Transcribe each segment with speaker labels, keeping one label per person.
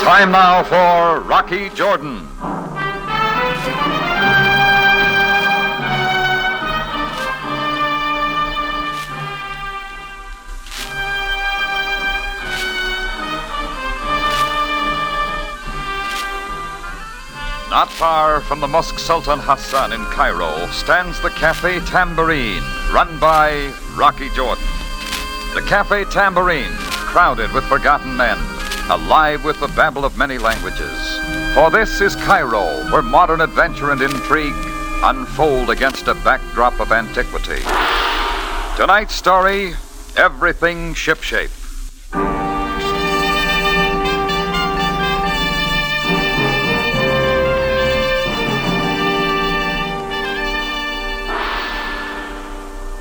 Speaker 1: Time now for Rocky Jordan. Not far from the Mosque Sultan Hassan in Cairo stands the Cafe Tambourine, run by Rocky Jordan. The Cafe Tambourine, crowded with forgotten men, alive with the babble of many languages. For this is Cairo, where modern adventure and intrigue unfold against a backdrop of antiquity. Tonight's story Everything Shipshape.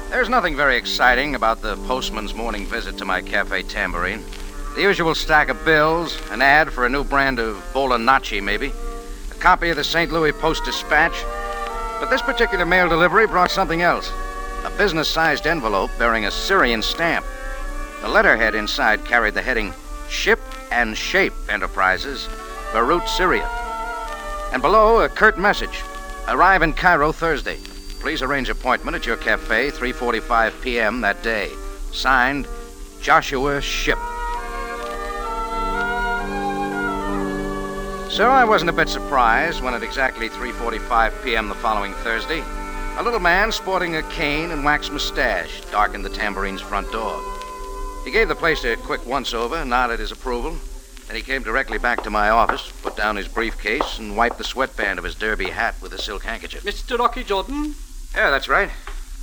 Speaker 2: There's nothing very exciting about the postman's morning visit to my cafe tambourine. The usual stack of bills, an ad for a new brand of Bolonacci, maybe, a copy of the St. Louis Post Dispatch. But this particular mail delivery brought something else a business sized envelope bearing a Syrian stamp. The letterhead inside carried the heading Ship and Shape Enterprises, Beirut, Syria. And below, a curt message Arrive in Cairo Thursday. Please arrange appointment at your cafe 3:45 p.m. that day. Signed, Joshua Ship. So I wasn't a bit surprised when at exactly 3:45 p.m. the following Thursday, a little man sporting a cane and waxed mustache darkened the tambourine's front door. He gave the place a quick once-over, nodded his approval, then he came directly back to my office, put down his briefcase, and wiped the sweatband of his derby hat with a silk handkerchief.
Speaker 3: Mr. Rocky Jordan?
Speaker 2: Yeah, that's right.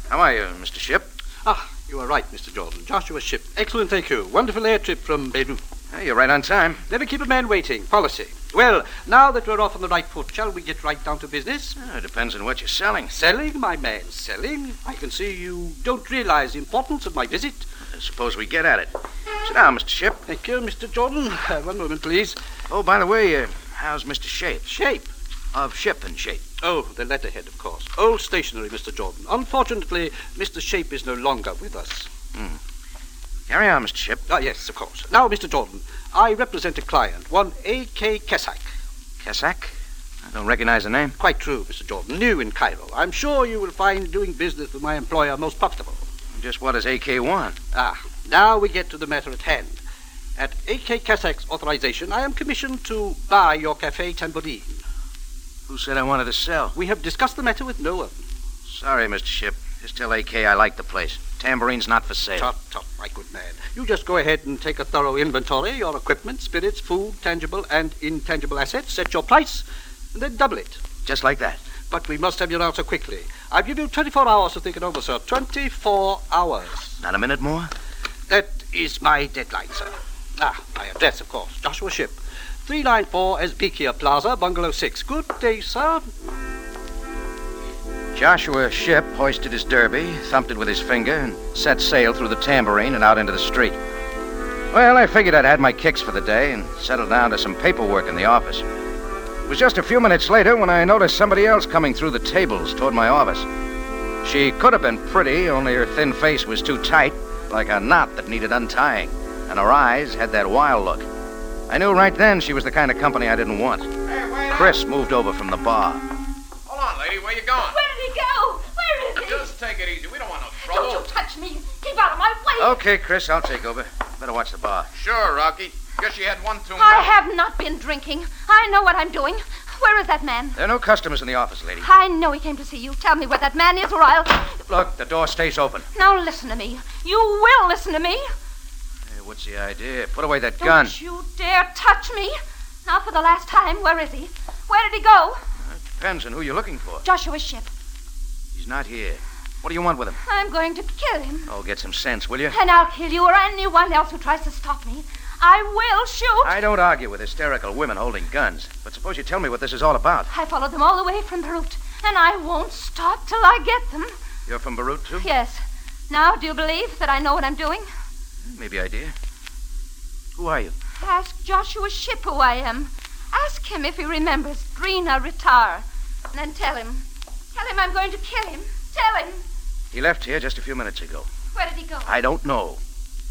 Speaker 2: How are you, Mr. Ship?
Speaker 3: Ah, you are right, Mr. Jordan. Joshua Ship. Excellent, thank you. Wonderful air trip from Beirut.
Speaker 2: Hey, you're right on time.
Speaker 3: Never keep a man waiting. Policy. Well, now that we're off on the right foot, shall we get right down to business?
Speaker 2: Oh, it depends on what you're selling.
Speaker 3: Selling, my man, selling. I can see you don't realize the importance of my visit.
Speaker 2: I suppose we get at it. Sit down, Mr. Ship.
Speaker 3: Thank you, Mr. Jordan. Uh, one moment, please.
Speaker 2: Oh, by the way, uh, how's Mr. Shape?
Speaker 3: Shape.
Speaker 2: Of Ship and Shape.
Speaker 3: Oh, the letterhead, of course. Old stationery, Mr. Jordan. Unfortunately, Mr. Shape is no longer with us.
Speaker 2: Carry on, Mr. Ship.
Speaker 3: Ah, yes, of course. Now, Mr. Jordan, I represent a client, one A.K. Kesak.
Speaker 2: Kesak? I don't recognize the name.
Speaker 3: Quite true, Mr. Jordan. New in Cairo. I'm sure you will find doing business with my employer most profitable.
Speaker 2: Just what does AK want?
Speaker 3: Ah, now we get to the matter at hand. At A.K. Kesak's authorization, I am commissioned to buy your Cafe Tambourine.
Speaker 2: Who said I wanted to sell?
Speaker 3: We have discussed the matter with no one.
Speaker 2: Sorry, Mr. Ship. Just tell AK I like the place. Tambourine's not for sale.
Speaker 3: Tut, tut, my good man. You just go ahead and take a thorough inventory, your equipment, spirits, food, tangible and intangible assets, set your price, and then double it.
Speaker 2: Just like that.
Speaker 3: But we must have your answer quickly. I'll give you 24 hours to think it over, sir. 24 hours.
Speaker 2: Not a minute more?
Speaker 3: That is my deadline, sir. Ah, my address, of course. Joshua Ship. 394 Esbekia Plaza, Bungalow 6. Good day, sir.
Speaker 2: Joshua Ship hoisted his derby, thumped it with his finger, and set sail through the tambourine and out into the street. Well, I figured I'd had my kicks for the day and settled down to some paperwork in the office. It was just a few minutes later when I noticed somebody else coming through the tables toward my office. She could have been pretty, only her thin face was too tight, like a knot that needed untying, and her eyes had that wild look. I knew right then she was the kind of company I didn't want. Chris moved over from the bar.
Speaker 4: Hold on, lady. Where you going?
Speaker 5: Where did he go? Where is he?
Speaker 4: Just take it easy. We don't want no
Speaker 5: Don't you
Speaker 4: trouble. Oh,
Speaker 5: touch me. Keep out of my way.
Speaker 2: Okay, Chris, I'll take over. Better watch the bar.
Speaker 4: Sure, Rocky. Guess you had one too
Speaker 5: I
Speaker 4: much.
Speaker 5: have not been drinking. I know what I'm doing. Where is that man?
Speaker 2: There are no customers in the office, lady.
Speaker 5: I know he came to see you. Tell me where that man is, or I'll.
Speaker 2: Look, the door stays open.
Speaker 5: Now listen to me. You will listen to me.
Speaker 2: Hey, what's the idea? Put away that
Speaker 5: Don't
Speaker 2: gun.
Speaker 5: you dare touch me. Now, for the last time, where is he? Where did he go?
Speaker 2: Depends on who you're looking for.
Speaker 5: Joshua Ship.
Speaker 2: He's not here. What do you want with him?
Speaker 5: I'm going to kill him.
Speaker 2: Oh, get some sense, will you?
Speaker 5: And I'll kill you or anyone else who tries to stop me. I will shoot.
Speaker 2: I don't argue with hysterical women holding guns, but suppose you tell me what this is all about.
Speaker 5: I followed them all the way from Beirut, and I won't stop till I get them.
Speaker 2: You're from Beirut, too?
Speaker 5: Yes. Now, do you believe that I know what I'm doing?
Speaker 2: Maybe I do. Who are you?
Speaker 5: Ask Joshua Ship who I am. Ask him if he remembers Drina Ritar. And then tell him. Tell him I'm going to kill him. Tell him.
Speaker 2: He left here just a few minutes ago.
Speaker 5: Where did he go?
Speaker 2: I don't know.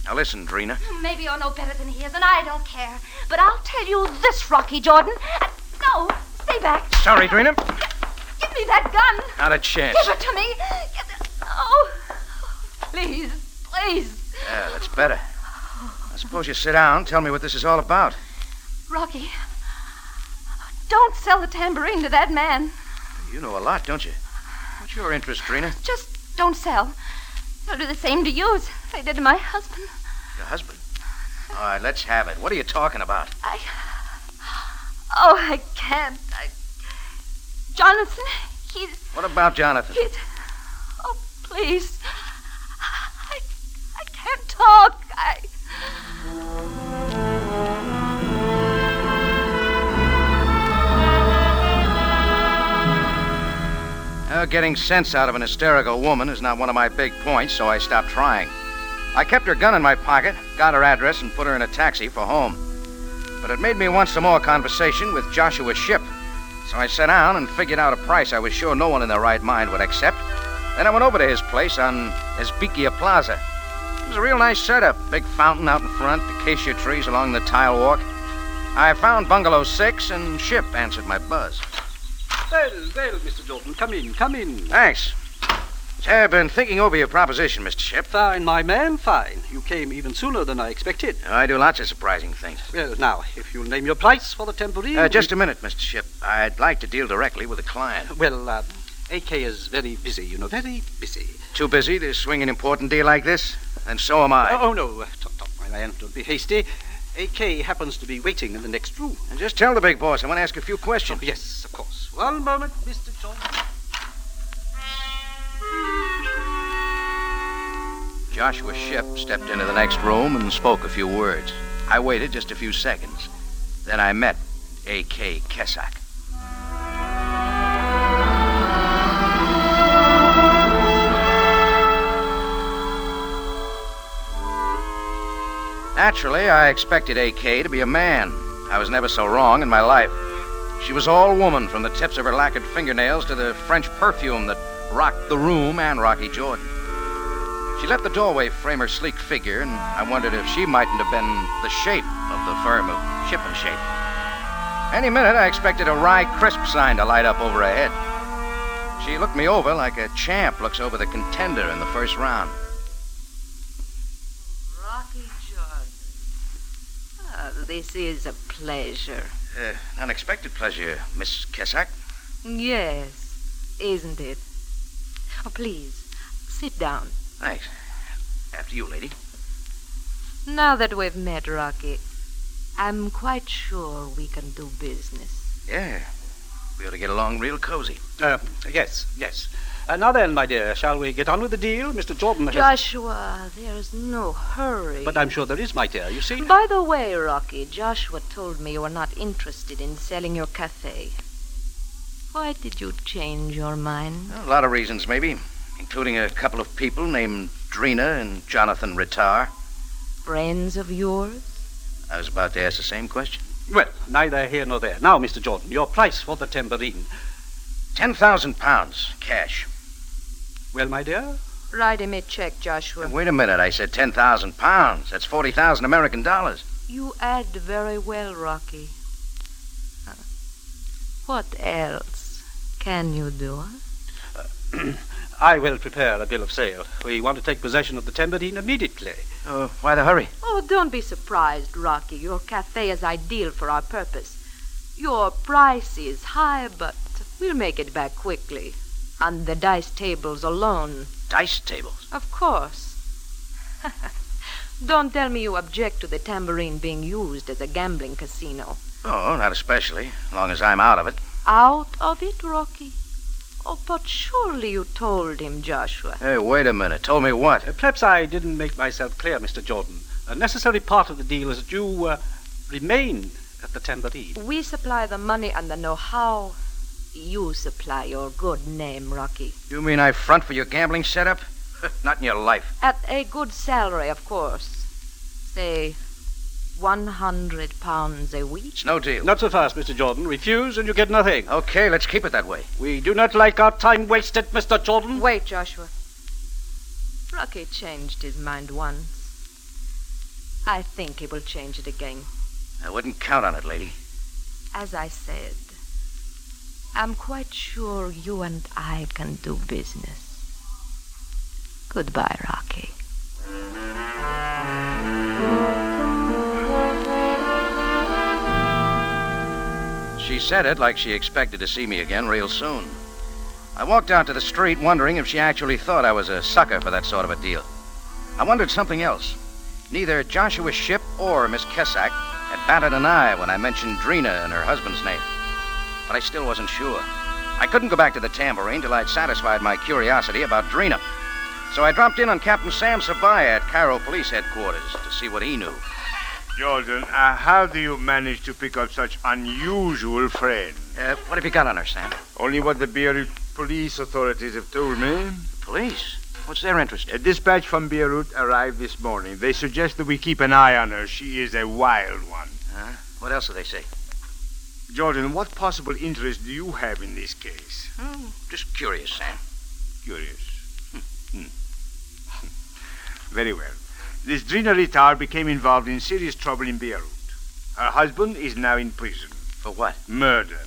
Speaker 2: Now listen, Drina.
Speaker 5: Maybe you're no better than he is, and I don't care. But I'll
Speaker 6: tell you this, Rocky Jordan. Uh, no, stay back.
Speaker 2: Sorry, Drina.
Speaker 6: Give me that gun.
Speaker 2: Not a chance.
Speaker 6: Give it to me. Give it. Oh, please, please.
Speaker 2: Yeah, that's better. I suppose you sit down. and Tell me what this is all about.
Speaker 6: Rocky, don't sell the tambourine to that man.
Speaker 2: You know a lot, don't you? What's your interest, Drina?
Speaker 6: Just don't sell. They'll do the same to you as they did to my husband.
Speaker 2: Your husband. All right, let's have it. What are you talking about?
Speaker 6: I. Oh, I can't. I... Jonathan, he's.
Speaker 2: What about Jonathan?
Speaker 6: He's. Oh, please. I. I can't talk. I.
Speaker 2: Uh, getting sense out of an hysterical woman is not one of my big points, so I stopped trying. I kept her gun in my pocket, got her address, and put her in a taxi for home. But it made me want some more conversation with Joshua Ship. So I sat down and figured out a price I was sure no one in their right mind would accept. Then I went over to his place on Esbikia Plaza. It was a real nice setup. Big fountain out in front, acacia trees along the tile walk. I found Bungalow 6, and Ship answered my buzz.
Speaker 3: Well, well, Mr. Jordan, come in, come in.
Speaker 2: Thanks. I've been thinking over your proposition, Mr. Ship.
Speaker 3: Fine, my man, fine. You came even sooner than I expected.
Speaker 2: Oh, I do lots of surprising things.
Speaker 3: Well, now, if you'll name your price for the tambourine.
Speaker 2: Uh, just a minute, Mr. Ship. I'd like to deal directly with a client.
Speaker 3: Well, uh, AK is very busy, you know, very busy.
Speaker 2: Too busy to swing an important deal like this? And so am I.
Speaker 3: Oh, oh, no, uh, top, top, my man, don't be hasty. AK happens to be waiting in the next room.
Speaker 2: And just tell the big boss I want to ask a few questions.
Speaker 3: Oh, yes, of course. One moment, Mr. Jordan.
Speaker 2: Joshua Ship stepped into the next room and spoke a few words. I waited just a few seconds. Then I met A.K. Kesak. Naturally, I expected A.K. to be a man. I was never so wrong in my life. She was all woman, from the tips of her lacquered fingernails to the French perfume that rocked the room and Rocky Jordan. She let the doorway frame her sleek figure, and I wondered if she mightn't have been the shape of the firm of Ship and Shape. Any minute, I expected a rye crisp sign to light up over her head. She looked me over like a champ looks over the contender in the first round.
Speaker 5: Rocky Jordan. Ah, this is a pleasure.
Speaker 2: Uh, unexpected pleasure, Miss Kesak.
Speaker 5: Yes, isn't it? Oh, please, sit down.
Speaker 2: Thanks. After you, lady.
Speaker 5: Now that we've met, Rocky, I'm quite sure we can do business.
Speaker 2: Yeah. We ought to get along real cozy.
Speaker 3: Uh, yes, yes. Uh, now then, my dear, shall we get on with the deal? Mr. Jordan has...
Speaker 5: Joshua, there's no hurry.
Speaker 3: But I'm sure there is, my dear, you see.
Speaker 5: By the way, Rocky, Joshua told me you were not interested in selling your cafe. Why did you change your mind?
Speaker 2: A lot of reasons, maybe, including a couple of people named Drina and Jonathan Ritar.
Speaker 5: Friends of yours?
Speaker 2: I was about to ask the same question.
Speaker 3: Well, neither here nor there. Now, Mr. Jordan, your price for the tambourine.
Speaker 2: Ten thousand pounds cash.
Speaker 3: Well, my dear?
Speaker 5: Write him a check, Joshua.
Speaker 2: Wait a minute, I said ten thousand pounds. That's forty thousand American dollars.
Speaker 5: You add very well, Rocky. Uh, What else can you do?
Speaker 3: I will prepare a bill of sale. We want to take possession of the tambourine immediately.
Speaker 2: Uh, why the hurry?
Speaker 5: Oh, don't be surprised, Rocky. Your cafe is ideal for our purpose. Your price is high, but we'll make it back quickly. On the dice tables alone,
Speaker 2: Dice tables.
Speaker 5: of course. don't tell me you object to the tambourine being used as a gambling casino.
Speaker 2: Oh, not especially, as long as I'm out of it.
Speaker 5: Out of it, Rocky? Oh, but surely you told him, Joshua.
Speaker 2: Hey, wait a minute. Told me what?
Speaker 3: Uh, perhaps I didn't make myself clear, Mr. Jordan. A necessary part of the deal is that you uh, remain at the tambourine.
Speaker 5: We supply the money and the know how. You supply your good name, Rocky.
Speaker 2: You mean I front for your gambling setup? not in your life.
Speaker 5: At a good salary, of course. Say, 100 pounds a week?
Speaker 2: It's no deal.
Speaker 3: Not so fast, Mr. Jordan. Refuse and you get nothing.
Speaker 2: Okay, let's keep it that way.
Speaker 3: We do not like our time wasted, Mr. Jordan.
Speaker 5: Wait, Joshua. Rocky changed his mind once. I think he will change it again.
Speaker 2: I wouldn't count on it, lady.
Speaker 5: As I said, I'm quite sure you and I can do business. Goodbye, Rocky.
Speaker 2: She said it like she expected to see me again real soon. I walked out to the street wondering if she actually thought I was a sucker for that sort of a deal. I wondered something else. Neither Joshua Ship or Miss Kesak had batted an eye when I mentioned Drina and her husband's name. But I still wasn't sure. I couldn't go back to the tambourine till I'd satisfied my curiosity about Drina. So I dropped in on Captain Sam Sabaya at Cairo Police Headquarters to see what he knew.
Speaker 7: Jordan, uh, how do you manage to pick up such unusual friends?
Speaker 2: Uh, what have you got on her, Sam?
Speaker 7: Only what the Beirut police authorities have told me.
Speaker 2: Police? What's their interest?
Speaker 7: A dispatch from Beirut arrived this morning. They suggest that we keep an eye on her. She is a wild one.
Speaker 2: Huh? What else do they say?
Speaker 7: Jordan, what possible interest do you have in this case?
Speaker 2: Just curious, Sam.
Speaker 7: Curious. Hmm. Very well. This Drina Ritar became involved in serious trouble in Beirut. Her husband is now in prison.
Speaker 2: For what?
Speaker 7: Murder.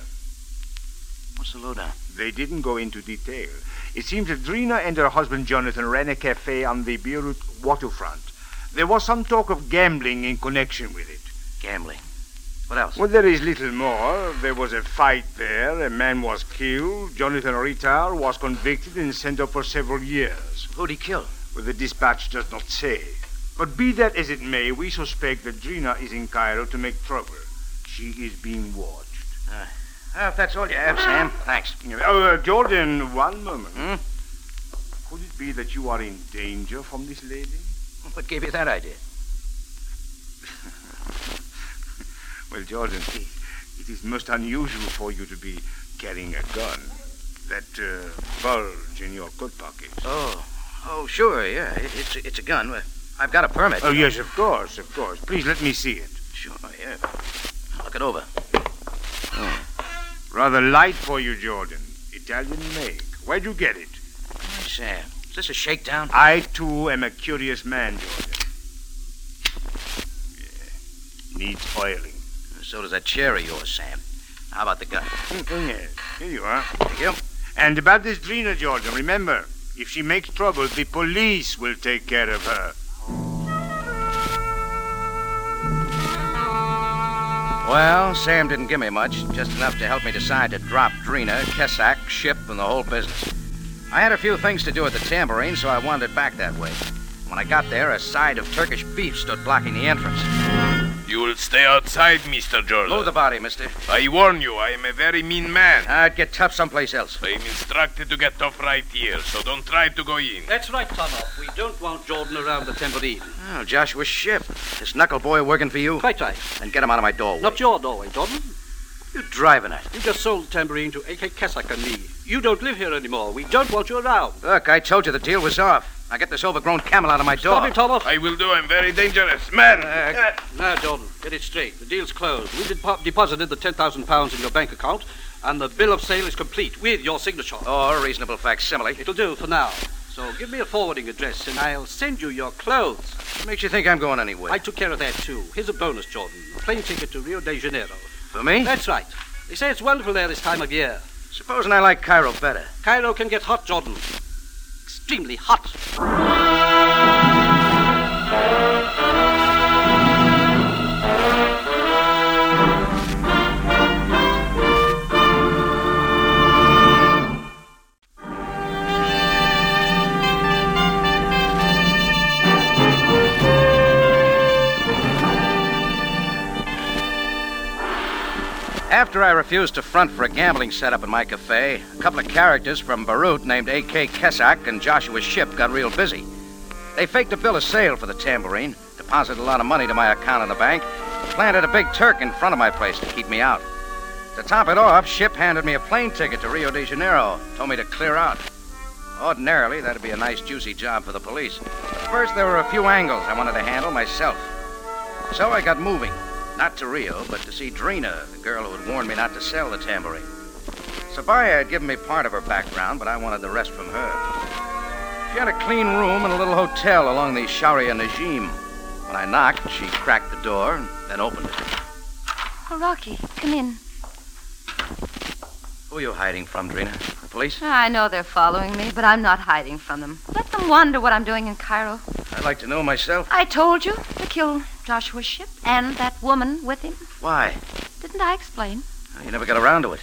Speaker 2: What's the lowdown?
Speaker 7: They didn't go into detail. It seems that Drina and her husband Jonathan ran a cafe on the Beirut waterfront. There was some talk of gambling in connection with it.
Speaker 2: Gambling. What else?
Speaker 7: Well, there is little more. There was a fight there. A man was killed. Jonathan Ritar was convicted and sent up for several years.
Speaker 2: Who'd he kill?
Speaker 7: Well, the dispatch does not say. But be that as it may, we suspect that Drina is in Cairo to make trouble. She is being watched.
Speaker 2: Well, Ah, if that's all you have, Sam, Ah, thanks.
Speaker 7: Oh, uh, Jordan, one moment.
Speaker 2: Hmm?
Speaker 7: Could it be that you are in danger from this lady?
Speaker 2: What gave you that idea?
Speaker 7: Well, Jordan, it is most unusual for you to be carrying a gun. That uh, bulge in your coat pocket.
Speaker 2: Oh, oh, sure, yeah. It- It's it's a gun. Well, I've got a permit.
Speaker 7: Oh, yes, of course, of course. Please let me see it.
Speaker 2: Sure, yeah. Look it over.
Speaker 7: Rather light for you, Jordan. Italian make. Where'd you get it?
Speaker 2: Hey, Sam, is this a shakedown?
Speaker 7: I, too, am a curious man, Jordan. Yeah. Needs oiling.
Speaker 2: So does that chair of yours, Sam. How about the gun?
Speaker 7: Mm, yes. Here you are.
Speaker 2: Thank you.
Speaker 7: And about this Drina, Jordan, remember, if she makes trouble, the police will take care of her.
Speaker 2: Well, Sam didn't give me much, just enough to help me decide to drop Drina, Kesak, Ship, and the whole business. I had a few things to do at the tambourine, so I wandered back that way. When I got there, a side of Turkish beef stood blocking the entrance.
Speaker 8: You will stay outside, Mr.
Speaker 2: Move
Speaker 8: Jordan.
Speaker 2: the body, mister.
Speaker 8: I warn you, I am a very mean man.
Speaker 2: I'd get tough someplace else.
Speaker 8: I am instructed to get off right here, so don't try to go in.
Speaker 3: That's right, Tarnoff. We don't want Jordan around the tambourine.
Speaker 2: Oh, Joshua Ship. This knuckle boy working for you?
Speaker 3: Quite right.
Speaker 2: Then get him out of my doorway.
Speaker 3: Not your doorway, Jordan.
Speaker 2: you driving at.
Speaker 3: You just sold the tambourine to A.K. Kesak and me. You don't live here anymore. We don't want you around.
Speaker 2: Look, I told you the deal was off. Now get this overgrown camel out of my door.
Speaker 3: Stop him, Tarnoff.
Speaker 8: I will do. I'm very dangerous. Man!
Speaker 2: Uh,
Speaker 3: Now, Jordan, get it straight. The deal's closed. We dep- deposited the £10,000 in your bank account, and the bill of sale is complete with your signature.
Speaker 2: Or Oh, a reasonable facsimile.
Speaker 3: It'll do for now. So give me a forwarding address, and I'll send you your clothes.
Speaker 2: What makes you think I'm going anywhere?
Speaker 3: I took care of that, too. Here's a bonus, Jordan. A plane ticket to Rio de Janeiro.
Speaker 2: For me?
Speaker 3: That's right. They say it's wonderful there this time of year.
Speaker 2: Supposing I like Cairo better.
Speaker 3: Cairo can get hot, Jordan. Extremely hot.
Speaker 2: After I refused to front for a gambling setup in my cafe, a couple of characters from Beirut named A.K. Kesak and Joshua Ship got real busy. They faked a bill of sale for the tambourine, deposited a lot of money to my account in the bank, planted a big Turk in front of my place to keep me out. To top it off, Ship handed me a plane ticket to Rio de Janeiro, told me to clear out. Ordinarily, that'd be a nice, juicy job for the police. But first, there were a few angles I wanted to handle myself. So I got moving. Not to Rio, but to see Drina, the girl who had warned me not to sell the tambourine. Sabaya had given me part of her background, but I wanted the rest from her. She had a clean room in a little hotel along the Sharia Najim. When I knocked, she cracked the door and then opened it.
Speaker 6: Oh, Rocky, come in.
Speaker 2: Who are you hiding from, Drina? The police?
Speaker 6: I know they're following me, but I'm not hiding from them. Let them wonder what I'm doing in Cairo.
Speaker 2: I'd like to know myself.
Speaker 6: I told you to kill Joshua's ship and that woman with him.
Speaker 2: Why?
Speaker 6: Didn't I explain?
Speaker 2: You never got around to it.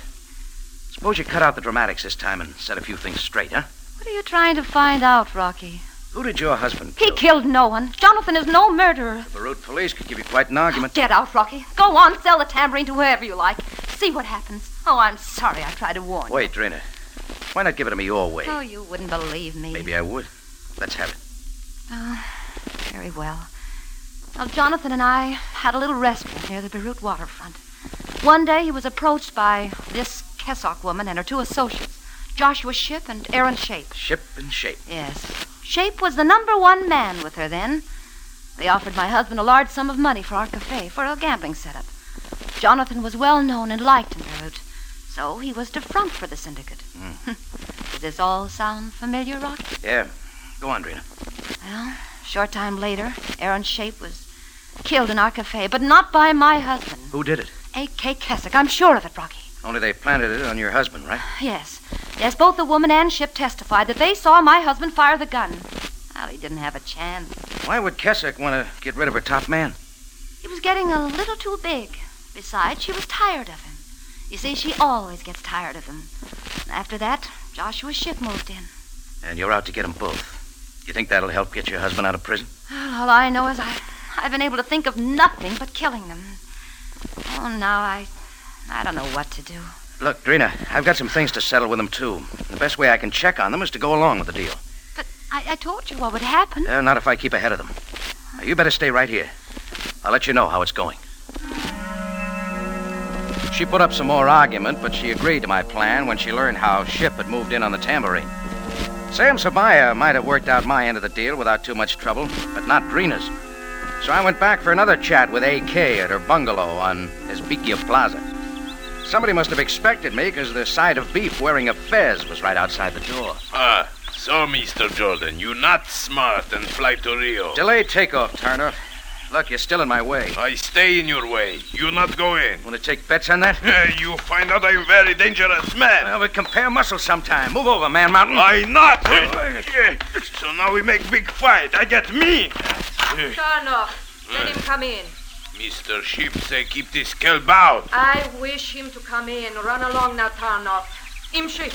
Speaker 2: Suppose you cut out the dramatics this time and set a few things straight, huh?
Speaker 6: What are you trying to find out, Rocky?
Speaker 2: Who did your husband
Speaker 6: He
Speaker 2: kill?
Speaker 6: killed no one. Jonathan is no murderer.
Speaker 2: The Beirut police could give you quite an argument.
Speaker 6: Get out, Rocky. Go on, sell the tambourine to whoever you like. See what happens. Oh, I'm sorry I tried to warn
Speaker 2: Wait, Drina. Why not give it to me your way?
Speaker 6: you. Oh, you wouldn't believe me.
Speaker 2: Maybe I would. Let's have it.
Speaker 6: Oh, very well. Well, Jonathan and I had a little restaurant near the Beirut waterfront. One day he was approached by this Kessock woman and her two associates, Joshua Ship and Aaron Shape.
Speaker 2: Ship and shape.
Speaker 6: Yes. Shape was the number one man with her then. They offered my husband a large sum of money for our cafe, for a gambling setup. Jonathan was well known and liked in Beirut, so he was to front for the syndicate.
Speaker 2: Mm.
Speaker 6: Does this all sound familiar, Rocky?
Speaker 2: Yeah. Go on, Drina.
Speaker 6: Well, short time later, Aaron Shape was killed in our cafe, but not by my husband,
Speaker 2: Who did it?
Speaker 6: A.K. Keswick. I'm sure of it, Rocky.
Speaker 2: Only they planted it on your husband, right?
Speaker 6: Yes. Yes, both the woman and Ship testified that they saw my husband fire the gun. Well, he didn't have a chance.
Speaker 2: Why would Keswick want to get rid of her top man?
Speaker 6: He was getting a little too big. Besides, she was tired of him. You see, she always gets tired of him. And after that, Joshua Ship moved in.
Speaker 2: And you're out to get them both. You think that'll help get your husband out of prison?
Speaker 6: Well, all I know is I, I've been able to think of nothing but killing them. Oh, now I, I don't know what to do.
Speaker 2: Look, Drina, I've got some things to settle with them, too. The best way I can check on them is to go along with the deal.
Speaker 6: I, I told you what would happen.
Speaker 2: Uh, not if I keep ahead of them. Now, you better stay right here. I'll let you know how it's going. She put up some more argument, but she agreed to my plan when she learned how Ship had moved in on the tambourine. Sam Sabaya might have worked out my end of the deal without too much trouble, but not Drina's. So I went back for another chat with AK at her bungalow on Esbikia Plaza. Somebody must have expected me because the side of beef wearing a fez was right outside the door.
Speaker 8: Ah, so, Mr. Jordan, you not smart and fly to Rio.
Speaker 2: Delay takeoff, Turner. Look, you're still in my way.
Speaker 8: I stay in your way. You not go in.
Speaker 2: Want to take bets on that?
Speaker 8: you find out I'm very dangerous man.
Speaker 2: Well, we compare muscles sometime. Move over, Man Mountain.
Speaker 8: I not. So now we make big fight. I get me.
Speaker 5: Turn off. Let him come in.
Speaker 8: Mr. Sheep say Mm. keep this kelp out.
Speaker 5: I wish him to come in. Run along now, Tarnoff. Imshi.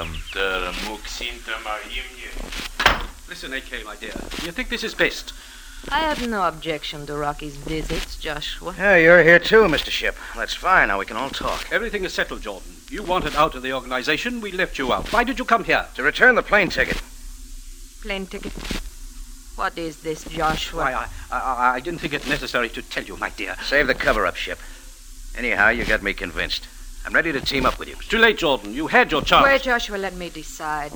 Speaker 8: Am tera muk sintema imye.
Speaker 3: Listen, AK, my dear. You think this is best?
Speaker 5: I have no objection to Rocky's visits, Joshua.
Speaker 2: Yeah, you're here too, Mr. Ship. That's fine. Now we can all talk.
Speaker 3: Everything is settled, Jordan. You wanted out of the organization. We left you out. Why did you come here?
Speaker 2: To return the plane ticket.
Speaker 5: Plane ticket. What is this, Joshua?
Speaker 3: Why, I, I, I didn't think it necessary to tell you, my dear.
Speaker 2: Save the cover up, Ship. Anyhow, you got me convinced. I'm ready to team up with you.
Speaker 3: It's too late, Jordan. You had your
Speaker 2: uh,
Speaker 3: chance.
Speaker 5: Wait, Joshua, let me decide.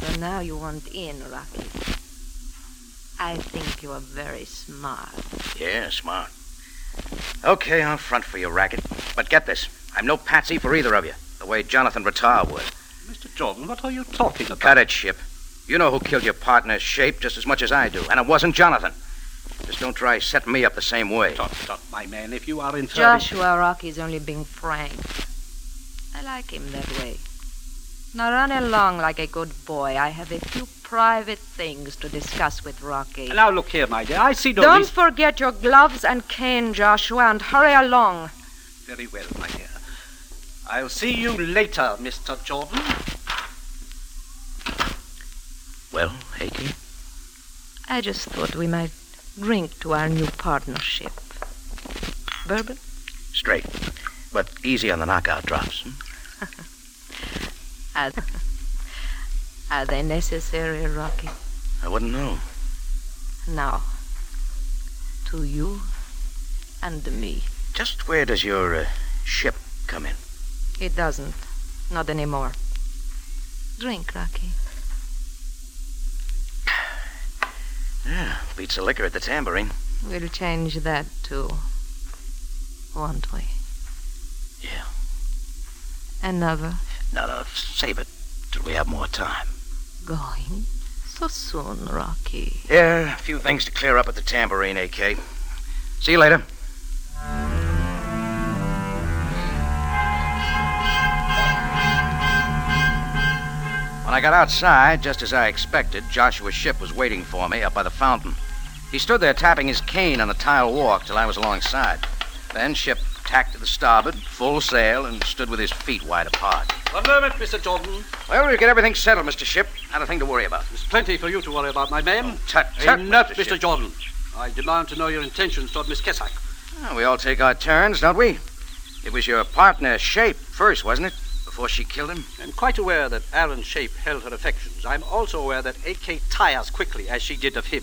Speaker 5: So now you want in, Rocky. I think you are very smart.
Speaker 2: Yeah, smart. Okay, I'll front for you, Racket. But get this I'm no patsy for either of you, the way Jonathan Ratar was.
Speaker 3: Mr. Jordan, what are you talking about?
Speaker 2: Cut it, Ship. You know who killed your partner, Shape, just as much as I do, and it wasn't Jonathan. Just don't try setting me up the same way.
Speaker 3: Tut, tut, my man. If you are inferring...
Speaker 5: Joshua Rocky's only being frank. I like him that way. Now run along like a good boy. I have a few private things to discuss with Rocky.
Speaker 3: Now, look here, my dear. I see no
Speaker 5: Don't
Speaker 3: reason-
Speaker 5: forget your gloves and cane, Joshua, and hurry along.
Speaker 3: Very well, my dear. I'll see you later, Mr. Jordan.
Speaker 2: Well, Hakey?
Speaker 5: I just thought we might drink to our new partnership. Bourbon?
Speaker 2: Straight. But easy on the knockout drops. Hmm?
Speaker 5: Are, are they necessary, Rocky?
Speaker 2: I wouldn't know.
Speaker 5: Now, to you and me.
Speaker 2: Just where does your uh, ship come in?
Speaker 5: It doesn't. Not anymore. Drink, Rocky.
Speaker 2: Yeah, beats the liquor at the tambourine.
Speaker 5: We'll change that too. Won't we?
Speaker 2: Yeah.
Speaker 5: Another
Speaker 2: No, no, save it till we have more time.
Speaker 5: going? So soon, Rocky.
Speaker 2: Yeah, a few things to clear up at the tambourine, A.K. See you later. I got outside, just as I expected, Joshua's ship was waiting for me up by the fountain. He stood there tapping his cane on the tile walk till I was alongside. Then ship tacked to the starboard, full sail, and stood with his feet wide apart.
Speaker 3: One moment, Mr. Jordan.
Speaker 2: Well, we'll get everything settled, Mr. Ship. Not a thing to worry about.
Speaker 3: There's plenty for you to worry about, my man.
Speaker 2: Tut, tut,
Speaker 3: Enough,
Speaker 2: Mr. Ship.
Speaker 3: Mr. Jordan. I demand to know your intentions toward Miss Keswick.
Speaker 2: Well, Ah, we all take our turns, don't we? It was your partner, Shape, first, wasn't it? Before she killed him?
Speaker 3: I'm quite aware that Aaron Shape held her affections. I'm also aware that A.K. tires quickly, as she did of him.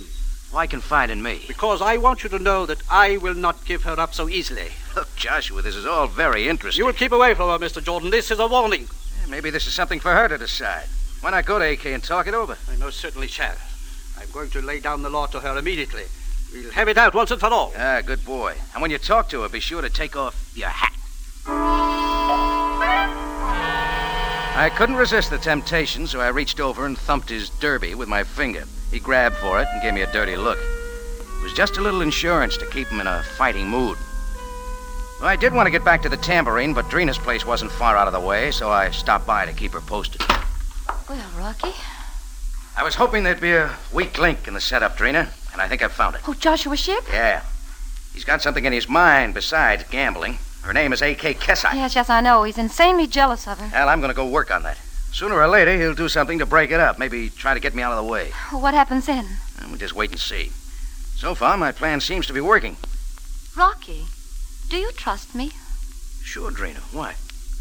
Speaker 2: Why confide in me?
Speaker 3: Because I want you to know that I will not give her up so easily.
Speaker 2: Look, Joshua, this is all very interesting.
Speaker 3: You will keep away from her, Mr. Jordan. This is a warning.
Speaker 2: Yeah, Maybe this is something for her to decide. Why not go to AK and talk it over?
Speaker 3: I most certainly shall. I'm going to lay down the law to her immediately. We'll have it out once and for all.
Speaker 2: Ah, good boy. And when you talk to her, be sure to take off your hat. I couldn't resist the temptation, so I reached over and thumped his derby with my finger. He grabbed for it and gave me a dirty look. It was just a little insurance to keep him in a fighting mood. Well, I did want to get back to the tambourine, but Drina's place wasn't far out of the way, so I stopped by to keep her posted.
Speaker 6: Well, Rocky.
Speaker 2: I was hoping there'd be a weak link in the setup, Drina, and I think I've found it.
Speaker 6: Oh, Joshua Ship?
Speaker 2: Yeah. He's got something in his mind besides gambling. Her name is A.K. Kesai.
Speaker 6: Yes, yes, I know. He's insanely jealous of her.
Speaker 2: Al, I'm going to go work on that. Sooner or later, he'll do something to break it up. Maybe try to get me out of the way.
Speaker 6: Well, What happens then?
Speaker 2: And we'll just wait and see. So far, my plan seems to be working.
Speaker 6: Rocky, do you trust me?
Speaker 2: Sure, Drina. Why?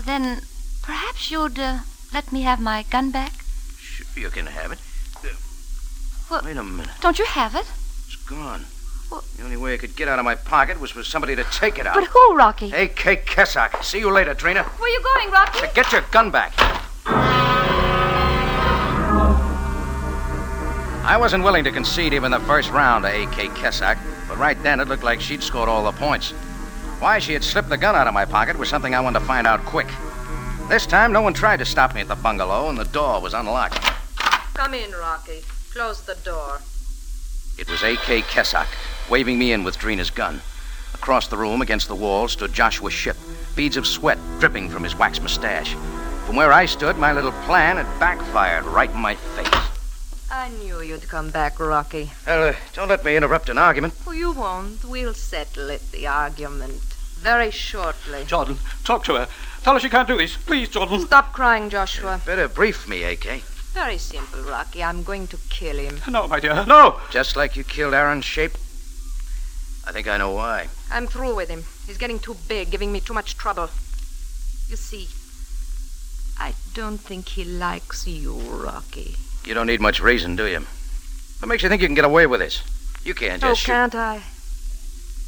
Speaker 6: Then perhaps you'd uh, let me have my gun back?
Speaker 2: Sure, you can have it. Uh,
Speaker 6: What-
Speaker 2: Wait a minute.
Speaker 6: Don't you have it?
Speaker 2: It's gone.
Speaker 6: What-
Speaker 2: The only way it could get out of my pocket was for somebody to take it out.
Speaker 6: But who, Rocky?
Speaker 2: A.K. Kesak. See you later, Drina.
Speaker 6: Where you going, Rocky?
Speaker 2: Now Get your gun back. I wasn't willing to concede even the first round to A.K. Kesak, but right then it looked like she'd scored all the points. Why she had slipped the gun out of my pocket was something I wanted to find out quick. This time, no one tried to stop me at the bungalow, and the door was unlocked.
Speaker 5: Come in, Rocky. Close the door.
Speaker 2: It was A.K. Kesak, waving me in with Drina's gun. Across the room, against the wall, stood Joshua Ship, beads of sweat dripping from his wax mustache. From where I stood, my little plan had backfired right in my face.
Speaker 5: I knew you'd come back, Rocky.
Speaker 2: Well, uh, don't let me interrupt an argument.
Speaker 5: Oh, you won't. We'll settle it, the argument, very shortly.
Speaker 3: Jordan, talk to her. Tell her she can't do this. Please, Jordan.
Speaker 5: Stop crying, Joshua.
Speaker 2: Better brief me, AK.
Speaker 5: Very simple, Rocky. I'm going to kill him.
Speaker 3: No, my dear. No!
Speaker 2: Just like you killed Aaron Shape. I think I know why.
Speaker 5: I'm through with him. He's getting too big, giving me too much trouble. You see, I don't think he likes you, Rocky.
Speaker 2: You don't need much reason, do you? What makes you think you can get away with this? You can't
Speaker 5: oh,
Speaker 2: just shoot.
Speaker 5: can't I?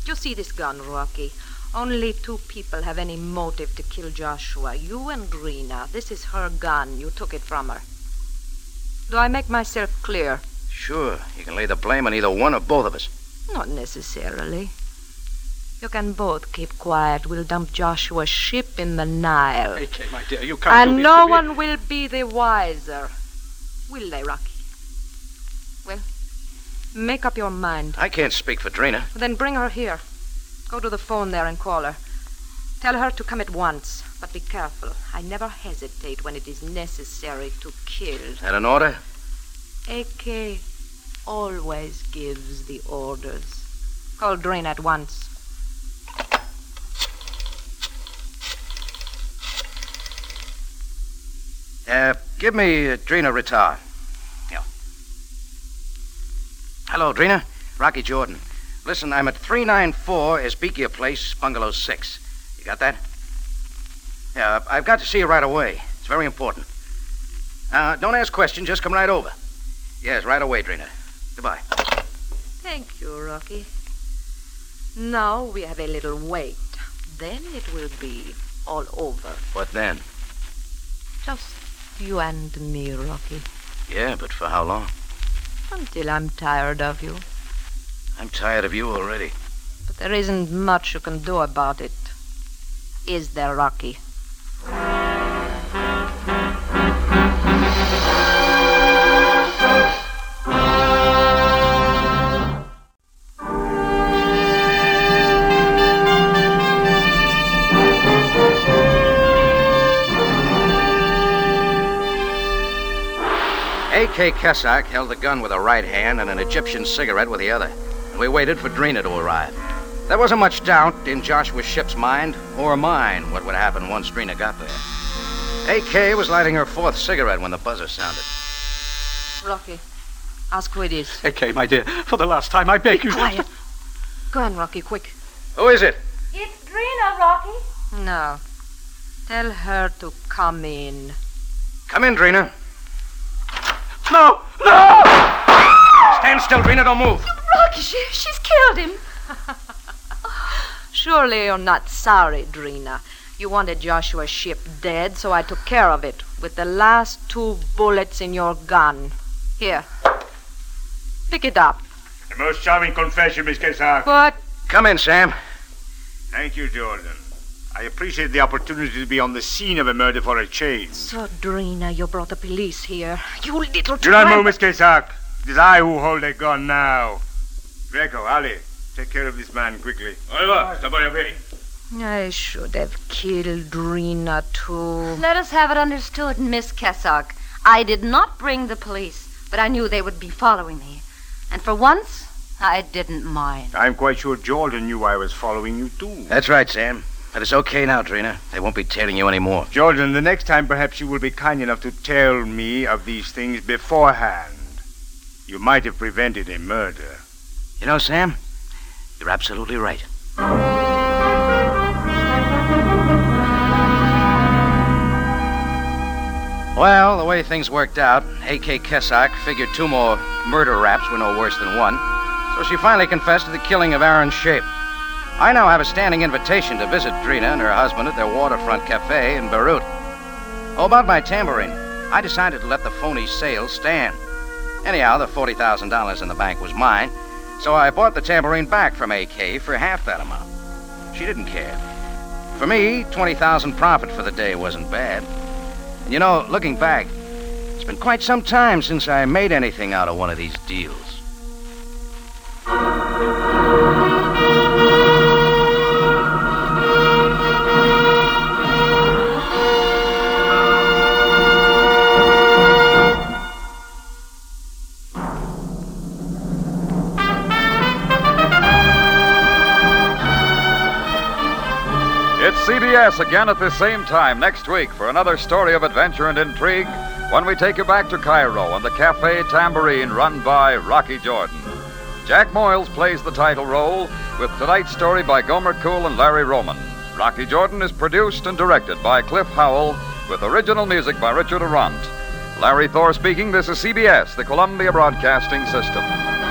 Speaker 5: You see this gun, Rocky. Only two people have any motive to kill Joshua. You and Rena. This is her gun. You took it from her. Do I make myself clear?
Speaker 2: Sure, you can lay the blame on either one or both of us.
Speaker 5: Not necessarily. You can both keep quiet. We'll dump Joshua's ship in the Nile.
Speaker 3: A.K., my dear, you can't do
Speaker 5: And
Speaker 3: this
Speaker 5: no
Speaker 3: to me.
Speaker 5: one will be the wiser. Will they, Rocky? Well, make up your mind.
Speaker 2: I can't speak for Drina.
Speaker 5: Then bring her here. Go to the phone there and call her. Tell her to come at once, but be careful. I never hesitate when it is necessary to kill.
Speaker 2: Had an order?
Speaker 5: AK always gives the orders. Call Drain at once.
Speaker 2: Uh, give me uh, Drina Ritar. Yeah. Hello, Drina. Rocky Jordan. Listen, I'm at 394 Esbekia Place, Bungalow 6. You got that? Yeah, I- I've got to see you right away. It's very important. Uh, don't ask questions, just come right over. Yes, right away, Drina. Goodbye.
Speaker 5: Thank you, Rocky. Now we have a little wait. Then it will be all over.
Speaker 2: What then?
Speaker 5: Just you and me, Rocky.
Speaker 2: Yeah, but for how long?
Speaker 5: Until I'm tired of you.
Speaker 2: I'm tired of you already.
Speaker 5: But there isn't much you can do about it. Is there, Rocky?
Speaker 2: A.K. Kesak held the gun with a right hand and an Egyptian cigarette with the other. And we waited for Drina to arrive. There wasn't much doubt in Joshua Ship's mind, or mine, what would happen once Drina got there. A.K. was lighting her fourth cigarette when the buzzer sounded.
Speaker 5: Rocky, ask who it is.
Speaker 3: Okay, my dear, for the last time, I beg you.
Speaker 5: Quiet. Go on, Rocky, quick.
Speaker 2: Who is it?
Speaker 6: It's Drina, Rocky.
Speaker 5: No. Tell her to come in.
Speaker 2: Come in, Drina.
Speaker 3: No, no!
Speaker 2: Stand still, Drina. Don't move.
Speaker 6: Rocky, she, she's killed him.
Speaker 5: Surely you're not sorry, Drina. You wanted Joshua Ship dead, so I took care of it with the last two bullets in your gun. Here. Pick it up.
Speaker 7: The most charming confession, Miss Kesak.
Speaker 5: But
Speaker 2: Come in, Sam.
Speaker 7: Thank you, Jordan. I appreciate the opportunity to be on the scene of a murder for a change.
Speaker 5: So, Drina, you brought the police here. You little
Speaker 7: Do not
Speaker 5: tramp.
Speaker 7: move, Miss Kesak. It is I who hold the gun now. Greco, Ali, take care of this man quickly.
Speaker 8: Oliver, stop by way.
Speaker 5: I should have killed Drina, too.
Speaker 6: Let us have it understood, Miss Kessock. I did not bring the police, but I knew they would be following me. And for once, I didn't mind.
Speaker 7: I'm quite sure Jordan knew I was following you, too.
Speaker 2: That's right, Sam. But it's okay now, Drina. They won't be tailing you anymore.
Speaker 7: Jordan, the next time perhaps you will be kind enough to tell me of these things beforehand. You might have prevented a murder.
Speaker 2: You know, Sam, you're absolutely right. Well, the way things worked out, A.K. Kesak figured two more murder raps were no worse than one, so she finally confessed to the killing of Aaron Shape. I now have a standing invitation to visit Drina and her husband at their waterfront cafe in Beirut. Oh, about my tambourine, I decided to let the phony sale stand. Anyhow, the $40,000 in the bank was mine, so I bought the tambourine back from AK for half that amount. She didn't care. For me, 20,000 profit for the day wasn't bad. And you know, looking back, it's been quite some time since I made anything out of one of these deals.
Speaker 1: It's CBS again at the same time next week for another story of adventure and intrigue when we take you back to Cairo and the Cafe Tambourine run by Rocky Jordan. Jack Moyles plays the title role with tonight's story by Gomer Cool and Larry Roman. Rocky Jordan is produced and directed by Cliff Howell with original music by Richard Arant. Larry Thor speaking. This is CBS, the Columbia Broadcasting System.